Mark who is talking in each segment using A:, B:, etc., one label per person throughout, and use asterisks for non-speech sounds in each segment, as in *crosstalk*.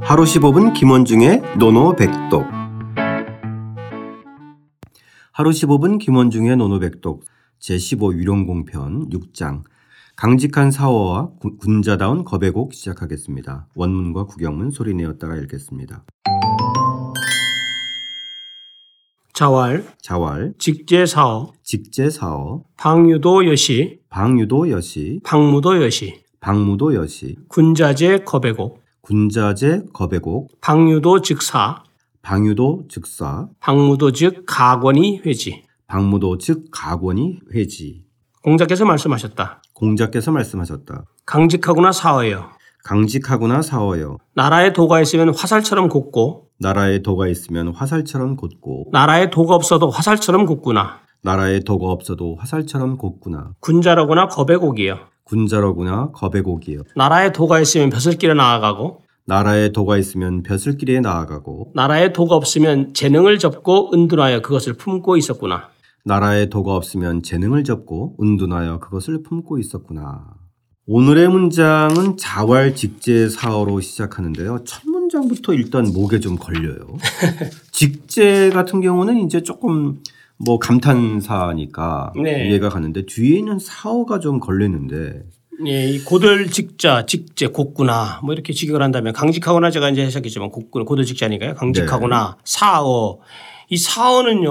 A: 하루 15분 김원중의 노노백독 하루 15분 김원중의 노노백독 제15위룡공편 6장 강직한 사워와 군- 군자다운 거배곡 시작하겠습니다. 원문과 구경문 소리내었다가 읽겠습니다.
B: 자왈,
A: 자왈,
B: 직제사어,
A: 직제사어,
B: 방유도 여시,
A: 방유도 여시,
B: 방무도 여시,
A: 방무도 여시,
B: 군자제 거배곡,
A: 군자제 거배곡,
B: 방유도 즉사,
A: 방유도 즉사,
B: 방무도 즉 가권이 회지.
A: 방무도 즉 가권이 회지.
B: 공자께서 말씀하셨다.
A: 공자께서 말씀하셨다.
B: 강직하구나 사어여.
A: 강직하구나 사워여.
B: 나라에 도가 있으면 화살처럼 곱고,
A: 나라에 도가 있으면 화살처럼 곧고
B: 나라에 도가 없어도 화살처럼 곱구나.
A: 나라에 도가 없어도 화살처럼 곧구나.
B: 군자라구나 거배곡이여.
A: 군자로구나 거배곡이여.
B: 나라에 도가 있으면 벼슬길에 나아가고,
A: 나라에 도가 있으면 벼슬길에 나아가고
B: 나라에 도가 없으면 재능을 접고 은둔하여 그것을 품고 있었구나.
A: 나라에 도가 없으면 재능을 접고 은둔하여 그것을 품고 있었구나. 오늘의 문장은 자활 직제 사어로 시작하는데요. 첫 문장부터 일단 목에 좀 걸려요. 직제 같은 경우는 이제 조금 뭐 감탄사니까
B: 네.
A: 이해가 가는데 뒤에 있는 사어가 좀 걸리는데
B: 예, 이 고들 직자, 직제, 곡구나 뭐 이렇게 직역을 한다면 강직하거나 제가 이제 해석했지만 곡구는 고들 직자니까요. 강직하거나
A: 네.
B: 사어 이 사어는요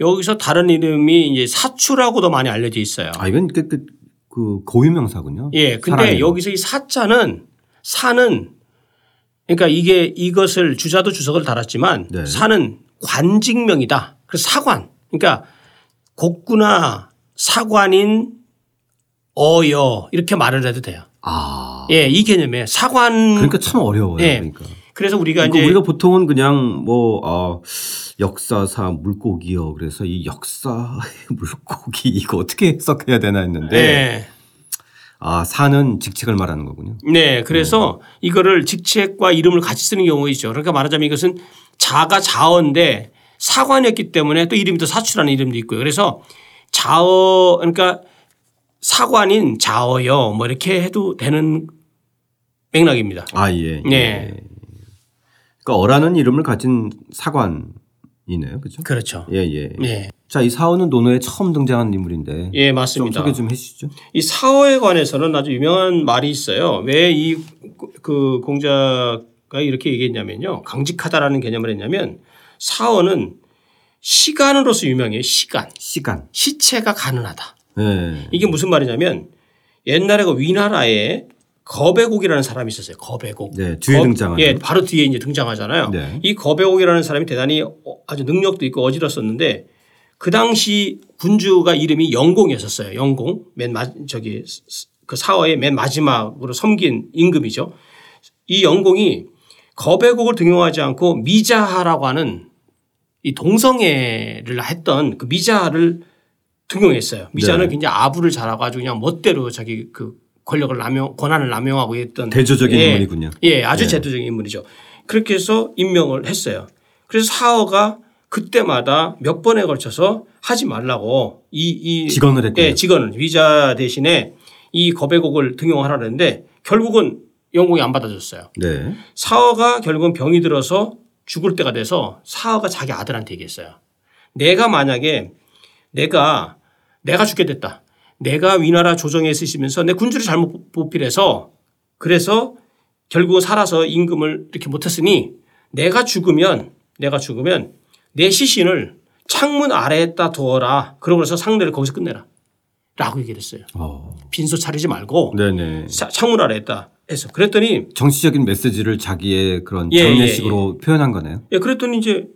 B: 여기서 다른 이름이 이제 사추라고도 많이 알려져 있어요.
A: 아 이건 그, 그, 그 고유명사군요.
B: 예, 근데
A: 사람이요.
B: 여기서 이 사자는 사는 그러니까 이게 이것을 주자도 주석을 달았지만
A: 네.
B: 사는 관직명이다. 그 사관 그러니까 곡구나 사관인 어여 이렇게 말을 해도 돼요.
A: 아
B: 예, 이 개념에 사관.
A: 그러니까 참 어려워요.
B: 예.
A: 그러니까.
B: 그래서 우리가
A: 그러니까
B: 이제
A: 우리가 보통은 그냥 뭐 아, 역사사 물고기요. 그래서 이 역사의 *laughs* 물고기 이거 어떻게 해석해야 되나 했는데
B: 네.
A: 아 사는 직책을 말하는 거군요.
B: 네, 그래서 이거를 직책과 이름을 같이 쓰는 경우가 있죠. 그러니까 말하자면 이것은 자가 자어인데 사관이었기 때문에 또 이름이 또 사추라는 이름도 있고요. 그래서 자어 그러니까 사관인 자어요 뭐 이렇게 해도 되는 맥락입니다.
A: 아 예. 예.
B: 네.
A: 그러니까 어라는 이름을 가진 사관이네요. 그렇죠?
B: 그렇죠.
A: 예 예.
B: 네.
A: 자 이 사원은 논어에 처음 등장한 인물인데
B: 예,
A: 좀
B: 맞습니다.
A: 소개 좀 해주시죠.
B: 이 사어에 관해서는 아주 유명한 말이 있어요. 왜 이 그 공자가 이렇게 얘기했냐면요. 강직하다라는 개념을 했냐면 사어는 시간으로서 유명해요. 시간.
A: 시간.
B: 시체가 가능하다.
A: 예.
B: 이게 무슨 말이냐면 옛날에 그 위나라에 거배곡이라는 사람이 있었어요. 거배곡.
A: 네, 뒤에
B: 거-
A: 등장하는.
B: 예, 바로 뒤에 이제 등장하잖아요.
A: 네.
B: 이 거배곡이라는 사람이 대단히 어- 아주 능력도 있고 어지럽었는데 그 당시 군주가 이름이 영공이었었어요. 영공. 맨 마, 저기 스- 스- 그 사화의 맨 마지막으로 섬긴 임금이죠. 이 영공이 거배곡을 등용하지 않고 미자하라고 하는 이 동성애를 했던 그 미자를 등용했어요. 미자는
A: 네.
B: 굉장히 아부를 잘하고 아주 그냥 멋대로 자기 그 권력을 남용, 권한을 남용하고 했던
A: 대조적인
B: 예.
A: 인물이군요.
B: 예, 아주 제도적인 인물이죠. 그렇게 해서 임명을 했어요. 그래서 사어가 그때마다 몇 번에 걸쳐서 하지 말라고 이, 이
A: 직언을 했군요.
B: 예, 직원을 위자 대신에 이 거배곡을 등용하라는데 결국은 영공이 안 받아줬어요.
A: 네.
B: 사어가 결국은 병이 들어서 죽을 때가 돼서 사어가 자기 아들한테 얘기했어요. 내가 만약에 내가 내가 죽게 됐다. 내가 위나라 조정에 있으시면서 내 군주를 잘못 보필해서 그래서 결국은 살아서 임금을 이렇게 못했으니 내가 죽으면 내가 죽으면 내 시신을 창문 아래에다 두어라. 그러고서 상대를 거기서 끝내라. 라고 얘기를 했어요.
A: 어.
B: 빈소 차리지 말고
A: 네네.
B: 사- 창문 아래에다 해서 그랬더니
A: 정치적인 메시지를 자기의 그런
B: 예,
A: 장례식으로 표현한 거네요.
B: 예, 그랬더니 이제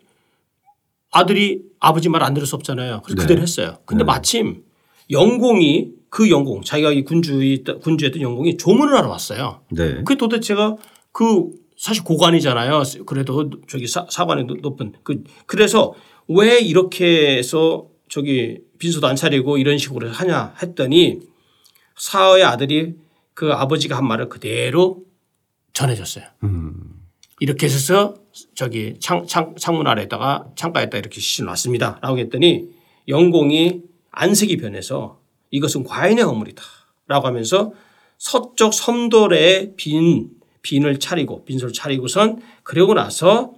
B: 아들이 아버지 말 안 들을 수 없잖아요. 그래서
A: 네.
B: 그대로 했어요. 근데
A: 네.
B: 마침 영공이 그 영공 자기가 이 군주의 군주였던 영공이 조문을 하러 왔어요.
A: 네.
B: 그 도대체가 그 사실 고관이잖아요. 그래도 저기 사, 사관의 높- 높은 그 그래서 왜 이렇게 해서 저기 빈소도 안 차리고 이런 식으로 하냐 했더니 사의 아들이 그 아버지가 한 말을 그대로 전해줬어요.
A: 음.
B: 이렇게 해서 저기 창, 창, 창문 아래에다가 창가에다 이렇게 시신 놨습니다. 라고 했더니 영공이 안색이 변해서 이것은 과인의 허물이다. 라고 하면서 서쪽 섬돌에 빈 빈을 차리고 빈소를 차리고선 그러고 나서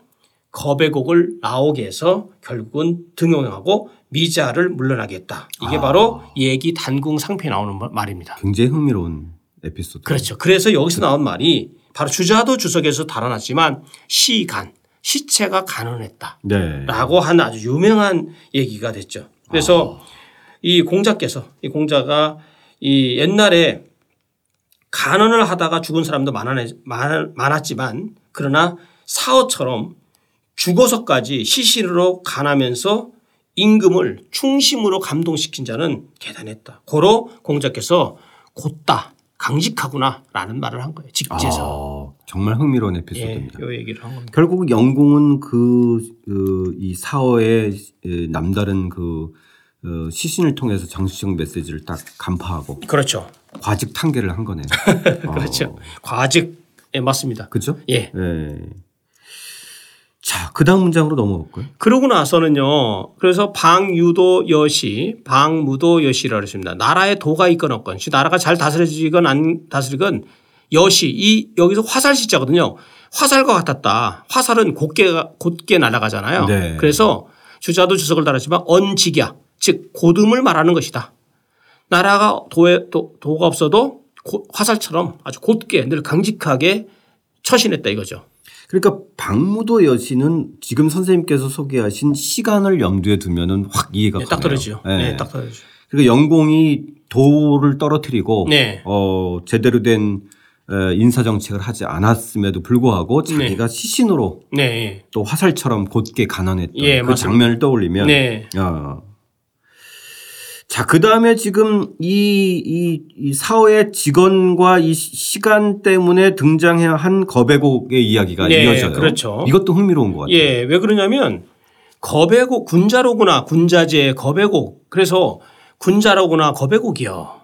B: 거배곡을 나오게 해서 결국은 등용하고 미자를 물러나게 했다. 이게
A: 아.
B: 바로 얘기 단궁 상편에 나오는 말- 말입니다.
A: 굉장히 흥미로운 에피소드.
B: 그렇죠. 그래서 여기서 나온 말이 바로 주자도 주석에서 달아났지만 시간, 시체가 가난했다.
A: 네.
B: 라고 하는 아주 유명한 얘기가 됐죠. 그래서 이 공자께서 이 공자가 이 옛날에 간언을 하다가 죽은 사람도 많아내- 많- 많았지만 그러나 사어처럼 죽어서까지 시신으로 간하면서 임금을 충심으로 감동시킨 자는 대단했다. 고로 공자께서 곧다 강직하구나라는 말을 한 거예요. 직제서
A: 아, 정말 흥미로운
B: 예,
A: 에피소드입니다.
B: 요 얘기를 한 겁니다.
A: 결국 영공은 그, 그, 이 사어의 에, 남다른 그, 어, 시신을 통해서 정치적 메시지를 딱 간파하고
B: 그렇죠,
A: 과직 탄계를 한 거네요.
B: *laughs*
A: 어,
B: 그렇죠. 과직 예, 맞습니다.
A: 그죠?
B: 예,
A: 예. 자, 그 다음 문장으로 넘어갈까요?
B: 그러고 나서는요. 그래서 방유도 여시, 방무도 여시라고 했습니다. 나라의 도가 있건 없건, 즉 나라가 잘 다스려지건 안 다스리건 여시 이 여기서 화살 시자거든요. 화살과 같았다. 화살은 곧게 곧게 날아가잖아요.
A: 네.
B: 그래서 주자도 주석을 달았지만 언직야, 즉 고듬을 말하는 것이다. 나라가 도에 도, 가 없어도 고- 화살처럼 아주 곧게 늘 강직하게 처신했다 이거죠.
A: 그러니까 박무도 여신은 지금 선생님께서 소개하신 시간을 염두에 두면은 확 이해가
B: 네,
A: 가네요.
B: 딱 떨어지죠.
A: 예.
B: 네, 딱 떨어지죠.
A: 그러니까 영공이 도를 떨어뜨리고
B: 네.
A: 어, 제대로 된 에, 인사 정책을 하지 않았음에도 불구하고 자기가 시신으로
B: 네. 예.
A: 또 화살처럼 곧게 가난했던
B: 예,
A: 그
B: 맞습니다.
A: 장면을 떠올리면
B: 네.
A: 어. 자, 그 다음에 지금 이, 이, 이 사회 직원과 이 시- 시간 때문에 등장한 거배곡의 이야기가
B: 네,
A: 이어져요.
B: 그렇죠.
A: 이것도 흥미로운 것 같아요.
B: 예, 왜 그러냐면 거배곡 군자로구나 군자제 거배곡 그래서 군자로구나 거배곡이요.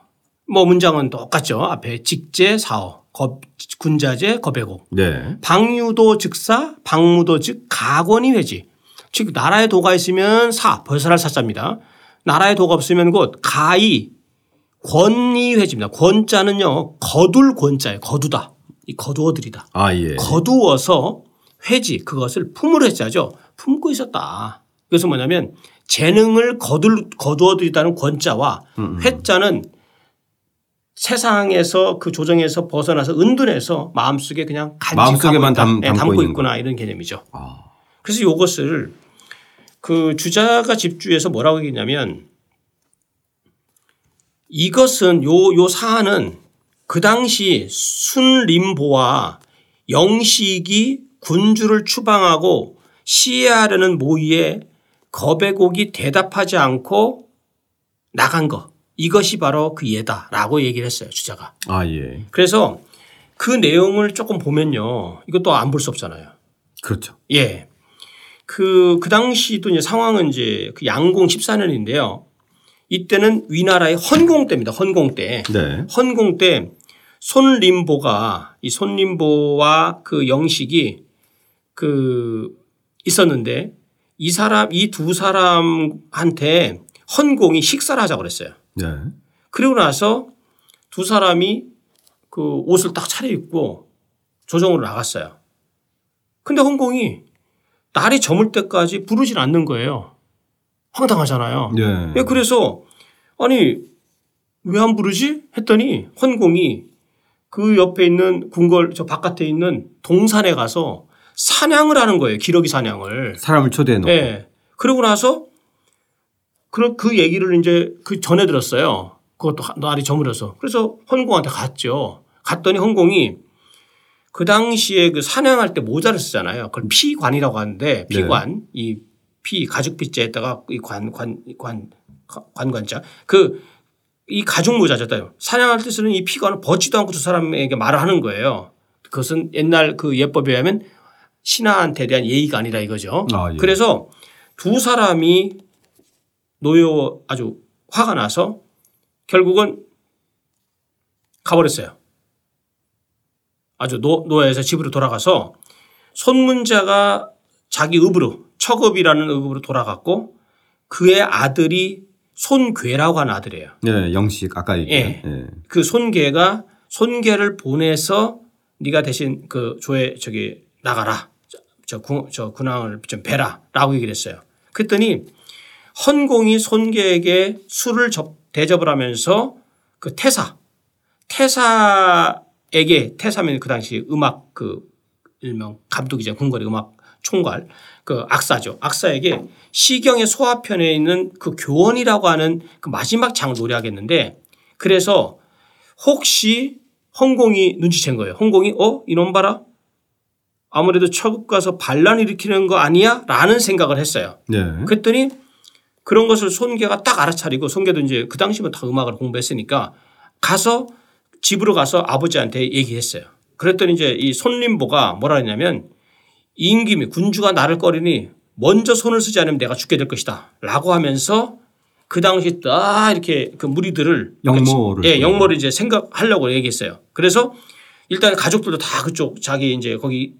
B: 뭐 문장은 똑같죠. 앞에 직제 사어 거- 군자제 거배곡
A: 네.
B: 방유도 즉사 방무도 즉 가권이 회지 즉 나라에 도가 있으면 사 벌살할 사자입니다. 나라에 도가 없으면 곧 가이 권이 회지입니다. 권자는요 거둘 권자예요. 거두다 이 거두어들이다.
A: 아, 예.
B: 거두어서 회지 그것을 품으려 했죠. 품고 있었다. 그래서 뭐냐면 재능을 거둘 거두어들이다는 권자와
A: 음,
B: 회자는 세상에서 그 조정에서 벗어나서 은둔해서 마음속에 그냥 간직하고
A: 마음속에만
B: 있다.
A: 담-
B: 네,
A: 담고
B: 담고
A: 있는
B: 있구나 이런 개념이죠.
A: 아,
B: 그래서 이것을 그 주자가 집주에서 뭐라고 얘기했냐면 이것은 요, 요 사안은 그 당시 순림보와 영식이 군주를 추방하고 시해하려는 모의에 거배곡이 대답하지 않고 나간 것 이것이 바로 그 예다라고 얘기를 했어요 주자가
A: 아, 예.
B: 그래서 그 내용을 조금 보면요 이것도 안 볼 수 없잖아요
A: 그렇죠.
B: 예. 그, 그 당시도 이제 상황은 이제 그 양공 14년인데요. 이때는 위나라의 헌공 때입니다. 헌공 때.
A: 네.
B: 헌공 때 손림보가 이 손림보와 그 영식이 그 있었는데 이 사람, 이 두 사람한테 헌공이 식사를 하자고 그랬어요.
A: 네.
B: 그리고 나서 두 사람이 그 옷을 딱 차려입고 조정으로 나갔어요. 근데 홍콩이 날이 저물 때까지 부르질 않는 거예요. 황당하잖아요.
A: 네.
B: 예, 그래서 아니 왜 안 부르지? 했더니 헌공이 그 옆에 있는 궁궐 저 바깥에 있는 동산에 가서 사냥을 하는 거예요. 기러기 사냥을.
A: 사람을 초대해 놓고.
B: 예. 그러고 나서 그, 그 얘기를 이제 그 전에 들었어요. 그것도 하- 날이 저물어서. 그래서 헌공한테 갔죠. 갔더니 헌공이 그 당시에 그 사냥할 때 모자를 쓰잖아요. 그걸 피관이라고 하는데 피관 이 피 가죽 빗자에다가 이 관 관 관 관관자 그 이 가죽 모자잖아요. 사냥할 때 쓰는 이 피관을 벗지도 않고 두 사람에게 말을 하는 거예요. 그것은 옛날 그 예법에 의하면 신하한테 대한 예의가 아니라 이거죠.
A: 아, 예.
B: 그래서 두 사람이 노여 아주 화가 나서 결국은 가버렸어요. 아주 노, 노예에서 집으로 돌아가서 손문자가 자기 읍으로 척읍이라는 읍으로 돌아갔고 그의 아들이 손괴라고 하는 아들이에요.
A: 예. 네, 영식 아까 얘기한. 예.
B: 그 손괴가 손괴를 그 보내서 네가 대신 그 조에 저기 나가라. 저, 저, 군, 저 군왕을 좀 베라라고 얘기를 했어요. 그랬더니 헌공이 손객에게 술을 접, 대접을 하면서 그 태사 태사에게 태사면 그 당시 음악 그 일명 감독이자 궁궐의 음악 총괄 그 악사죠 악사에게 시경의 소화편에 있는 그 교원이라고 하는 그 마지막 장을 노래하겠는데 그래서 혹시 홍공이 눈치챈 거예요 홍공이 어 이놈 봐라 아무래도 처국 가서 반란 일으키는 거 아니야라는 생각을 했어요.
A: 네.
B: 그랬더니 그런 것을 손계가 딱 알아차리고 손계도 이제 그 당시면 다 음악을 공부했으니까 가서 집으로 가서 아버지한테 얘기했어요. 그랬더니 이제 이 손림보가 뭐라 했냐면 임금이 군주가 나를 꺼리니 먼저 손을 쓰지 않으면 내가 죽게 될 것이다. 라고 하면서 그 당시 딱 이렇게 그 무리들을
A: 역모를
B: 예, 영모를 이제 생각하려고 얘기했어요. 그래서 일단 가족들도 다 그쪽 자기 이제 거기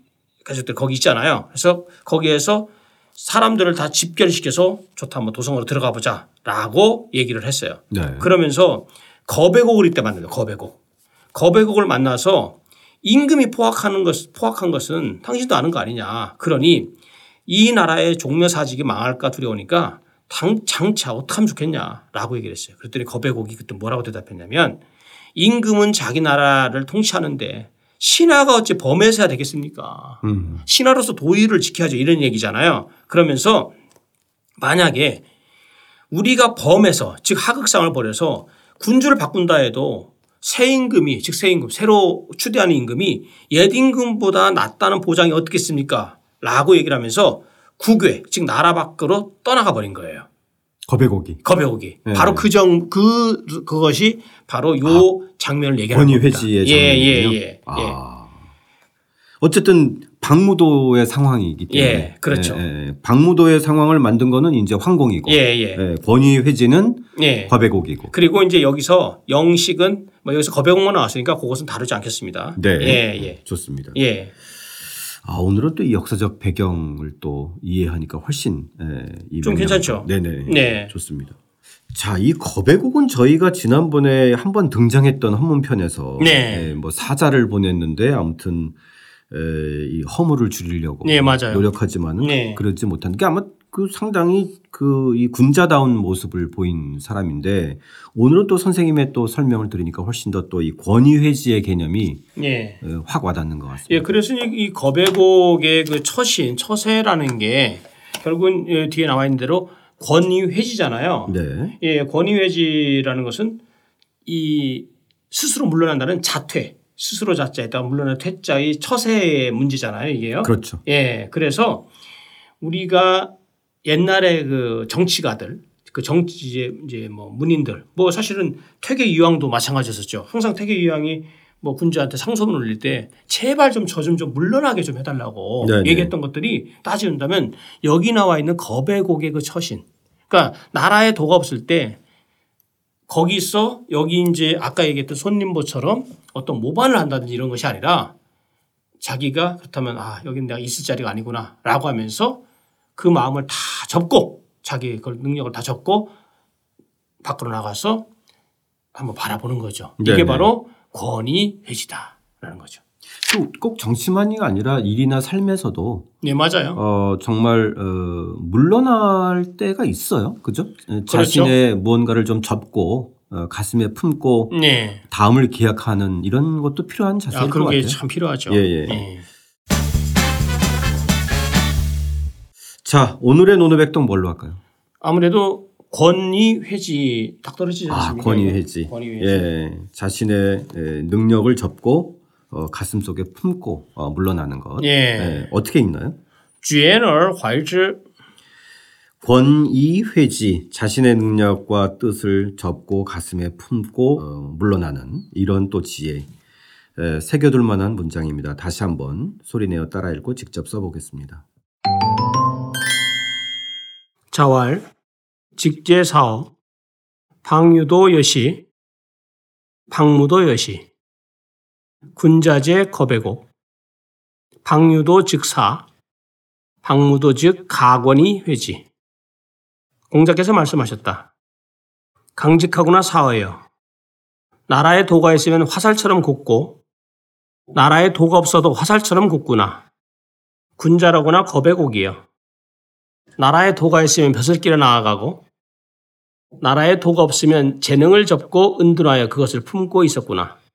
B: 가족들 거기 있잖아요. 그래서 거기에서 사람들을 다 집결시켜서 좋다 한번 도성으로 들어가 보자라고 얘기를 했어요.
A: 네.
B: 그러면서 거배곡을 이때 만나요. 거배곡. 거배곡을 만나서 임금이 포악하는 것, 포악한 것은 당신도 아는 거 아니냐. 그러니 이 나라의 종묘사직이 망할까 두려우니까 당, 장차 어떡하면 좋겠냐. 라고 얘기를 했어요. 그랬더니 거배곡이 그때 뭐라고 대답했냐면 임금은 자기 나라를 통치하는데 신하가 어찌 범해서야 되겠습니까.
A: 음.
B: 신하로서 도의를 지켜야죠. 이런 얘기잖아요. 그러면서 만약에 우리가 범해서 즉 하극상을 벌여서 군주를 바꾼다 해도 새 임금이 즉 새 임금 새로 추대하는 임금이 옛 임금보다 낫다는 보장이 어떻겠습니까? 라고 얘기를 하면서 국외 즉 나라 밖으로 떠나가 버린 거예요.
A: 거베고기.
B: 거벽오기.
A: 네.
B: 바로 그 정, 그, 그것이 바로 요 장면을 얘기하는
A: 아, 권위
B: 겁니다.
A: 회지의
B: 예, 예,
A: 장면이군요.
B: 예,
A: 아.
B: 예.
A: 어쨌든 박무도의 상황이기 때문에.
B: 예, 그렇죠.
A: 예, 예. 박무도의 상황을 만든 거는 이제 황공이고.
B: 예,
A: 예, 권위 회지는
B: 예. 예.
A: 과배곡이고.
B: 그리고 이제 여기서 영식은 뭐 여기서 거백옥만 나왔으니까 그것은 다루지 않겠습니다.
A: 네.
B: 예,
A: 좋습니다.
B: 예. 예.
A: 아, 오늘은 또 이 역사적 배경을 또 이해하니까 훨씬 예, 이
B: 좀
A: 맥락을-
B: 괜찮죠?
A: 네네.
B: 네.
A: 좋습니다. 자, 이 거백옥은 저희가 지난번에 한번 등장했던 헌문편에서
B: 네.
A: 예, 뭐 사자를 보냈는데 아무튼 에, 이 허물을 줄이려고
B: 네, 맞아요.
A: 노력하지만은
B: 네.
A: 그러지 못한 게 아마 그 상당히 그 이 군자다운 모습을 보인 사람인데 오늘은 또 선생님의 또 설명을 들으니까 훨씬 더 또 이 권위 회지의 개념이
B: 예.
A: 어, 확 와닿는 것 같습니다.
B: 예, 그래서 이- 이 거백옥의 그 처신, 처세라는 게 결국은 예, 뒤에 나와 있는 대로 권위회지잖아요.
A: 네.
B: 예, 권위회지라는 것은 이 스스로 물러난다는 자퇴, 스스로 자자에다 물러난 퇴자의 처세의 문제잖아요, 이게요.
A: 그렇죠.
B: 예, 그래서 우리가 옛날에 그 정치가들, 그 정치 이제, 이제 뭐 문인들, 뭐 사실은 퇴계 이황도 마찬가지였었죠. 항상 퇴계 이황이 뭐 군주한테 상소문 올릴 때 제발 좀 저 좀 좀 물러나게 좀 해달라고
A: 네네.
B: 얘기했던 것들이 따지는다면 여기 나와 있는 거배곡의 그 처신, 그러니까 나라에 도가 없을 때 거기서 여기 이제 아까 얘기했던 손님보처럼 어떤 모반을 한다든지 이런 것이 아니라 자기가 그렇다면 아 여긴 내가 있을 자리가 아니구나라고 하면서 그 마음을 다 접고 자기 그 능력을 다 접고 밖으로 나가서 한번 바라보는 거죠. 이게
A: 네네.
B: 바로 권위 회지다라는 거죠.
A: 또꼭 정치만이 아니라 일이나 삶에서도
B: 네 맞아요.
A: 어, 정말 어, 물러날 때가 있어요. 그죠?
B: 그렇죠.
A: 에, 자신의 무언가를 좀 접고 어, 가슴에 품고
B: 네.
A: 다음을 기약하는 이런 것도 필요한 자세일
B: 아
A: 것
B: 그런
A: 같아요.
B: 게 참 필요하죠. 네.
A: 예, 예. 자, 오늘의 노노백동 뭘로 할까요?
B: 아무래도 권위 회지 딱 떨어지지
A: 아,
B: 않습니까?
A: 권위 회지.
B: 권위 회지.
A: 예, 자신의 에, 능력을 접고 어, 가슴 속에 품고 어, 물러나는 것.
B: 예.
A: 예, 어떻게 읽나요?
B: 绝而怀之，
A: 권위회지 자신의 능력과 뜻을 접고 가슴에 품고 어, 물러나는 이런 또 지혜 에, 새겨둘 만한 문장입니다. 다시 한번 소리내어 따라 읽고 직접 써보겠습니다.
B: 자활, 직제사업, 방유도 여시, 방무도 여시, 군자제 거배곡, 방유도 즉사, 방무도 즉 가권이 회지. 공자께서 말씀하셨다. 강직하구나 사하여. 나라에 도가 있으면 화살처럼 곱고 나라에 도가 없어도 화살처럼 굽구나. 군자라구나 겁의 곡이여. 나라에 도가 있으면 벼슬길에 나아가고 나라에 도가 없으면 재능을 접고 은둔하여 그것을 품고 있었구나.